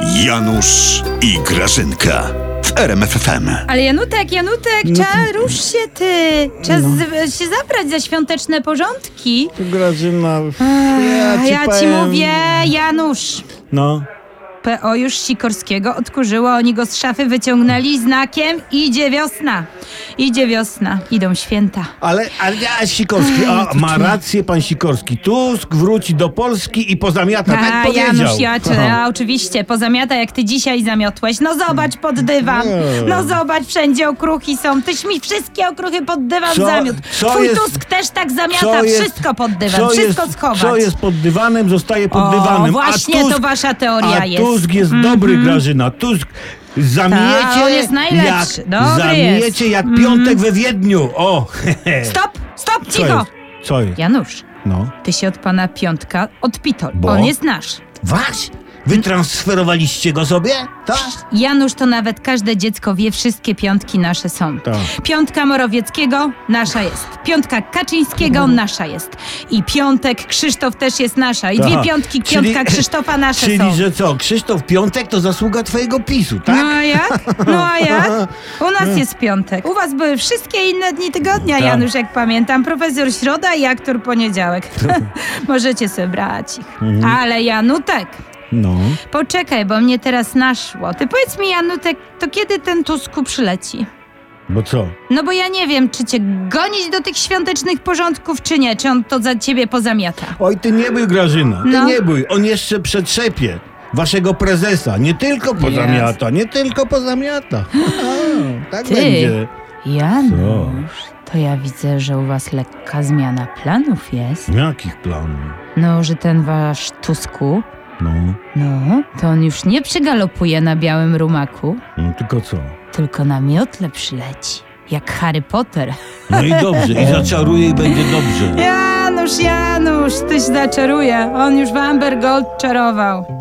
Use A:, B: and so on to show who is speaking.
A: Janusz i Grażynka w RMFFM.
B: Ale Janutek, Janutek, trzeba rusz się ty. Trzeba
C: No.
B: z, e, się zabrać za świąteczne porządki.
C: Grażyna,
B: A
C: ja ci,
B: ja ci
C: powiem-
B: mówię, Janusz.
C: No,
B: PO już Sikorskiego odkurzyło, oni go z szafy wyciągnęli znakiem idzie wiosna. Idzie wiosna, idą święta.
C: ale, ale a Sikorski, a, ma rację pan Sikorski. Tusk wróci do Polski i pozamiata,
B: A,
C: tak powiedział.
B: Janusz, ja czy,
C: Aha.
B: a, oczywiście, pozamiata jak ty dzisiaj zamiotłeś. No zobacz pod dywan,
C: Nie.
B: no zobacz, wszędzie okruchy są. Tyś mi wszystkie okruchy pod dywan
C: Co-
B: zamiótł.
C: co
B: Twój
C: jest-
B: Tusk też tak
C: Co
B: zamiata,
C: jest-
B: wszystko pod dywan,
C: co
B: wszystko
C: jest,
B: schować.
C: Co jest pod dywanem, zostaje pod
B: O,
C: dywanem.
B: właśnie
C: a Tusk,
B: to wasza teoria
C: a
B: jest. Mhm.
C: Tusk jest dobry, Grażyna. Tusk zamiecie,
B: Ta, on jest najlepszy.
C: jak,
B: Dobry
C: zamiecie jak piątek we Wiedniu. O, hehe.
B: Stop, stop,
C: Co
B: cicho!
C: jest? Co jest?
B: Janusz,
C: No.
B: ty się od pana Piątka odpitol,
C: Bo?
B: on jest nasz.
C: Was?
B: Mhm.
C: Wytransferowaliście go sobie? Tak.
B: Janusz to nawet każde dziecko wie, wszystkie piątki nasze są.
C: Tak.
B: Piątka Morawieckiego nasza jest. Piątka Kaczyńskiego
C: No.
B: nasza jest. I piątek Krzysztof też jest nasza. I dwie
C: Aha.
B: piątki
C: Czyli-
B: piątka Krzysztofa nasze
C: Czyli,
B: są.
C: że co, Krzysztof Piątek to zasługa twojego PiSu, tak?
B: No a jak? No a jak? U nas jest piątek. U was były wszystkie inne dni tygodnia,
C: Tak.
B: Janusz, jak pamiętam. Profesor środa i aktor poniedziałek. Możecie sobie brać ich.
C: Mhm.
B: Ale Janutek,
C: No.
B: poczekaj, bo mnie teraz naszło. Ty powiedz mi, Janutek, to kiedy ten Tusku przyleci?
C: Bo co?
B: No bo ja nie wiem, czy cię gonić do tych świątecznych porządków, czy nie, czy on to za ciebie pozamiata.
C: Oj, ty nie bój, Grażyna, ty
B: No.
C: nie bój. On jeszcze przetrzepie waszego prezesa. Nie tylko pozamiata, nie tylko pozamiata. A, tak
B: Ty.
C: będzie.
B: Janusz, to ja widzę, że u was lekka zmiana planów jest.
C: Jakich planów?
B: No, że ten wasz Tusku,
C: No.
B: no, to on już nie przygalopuje na białym rumaku,
C: no, tylko co?
B: tylko na miotle przyleci. Jak Harry Potter.
C: No i dobrze, i zaczaruje i będzie dobrze.
B: Janusz, Janusz, tyś zaczaruje. On już w Amber Gold czarował.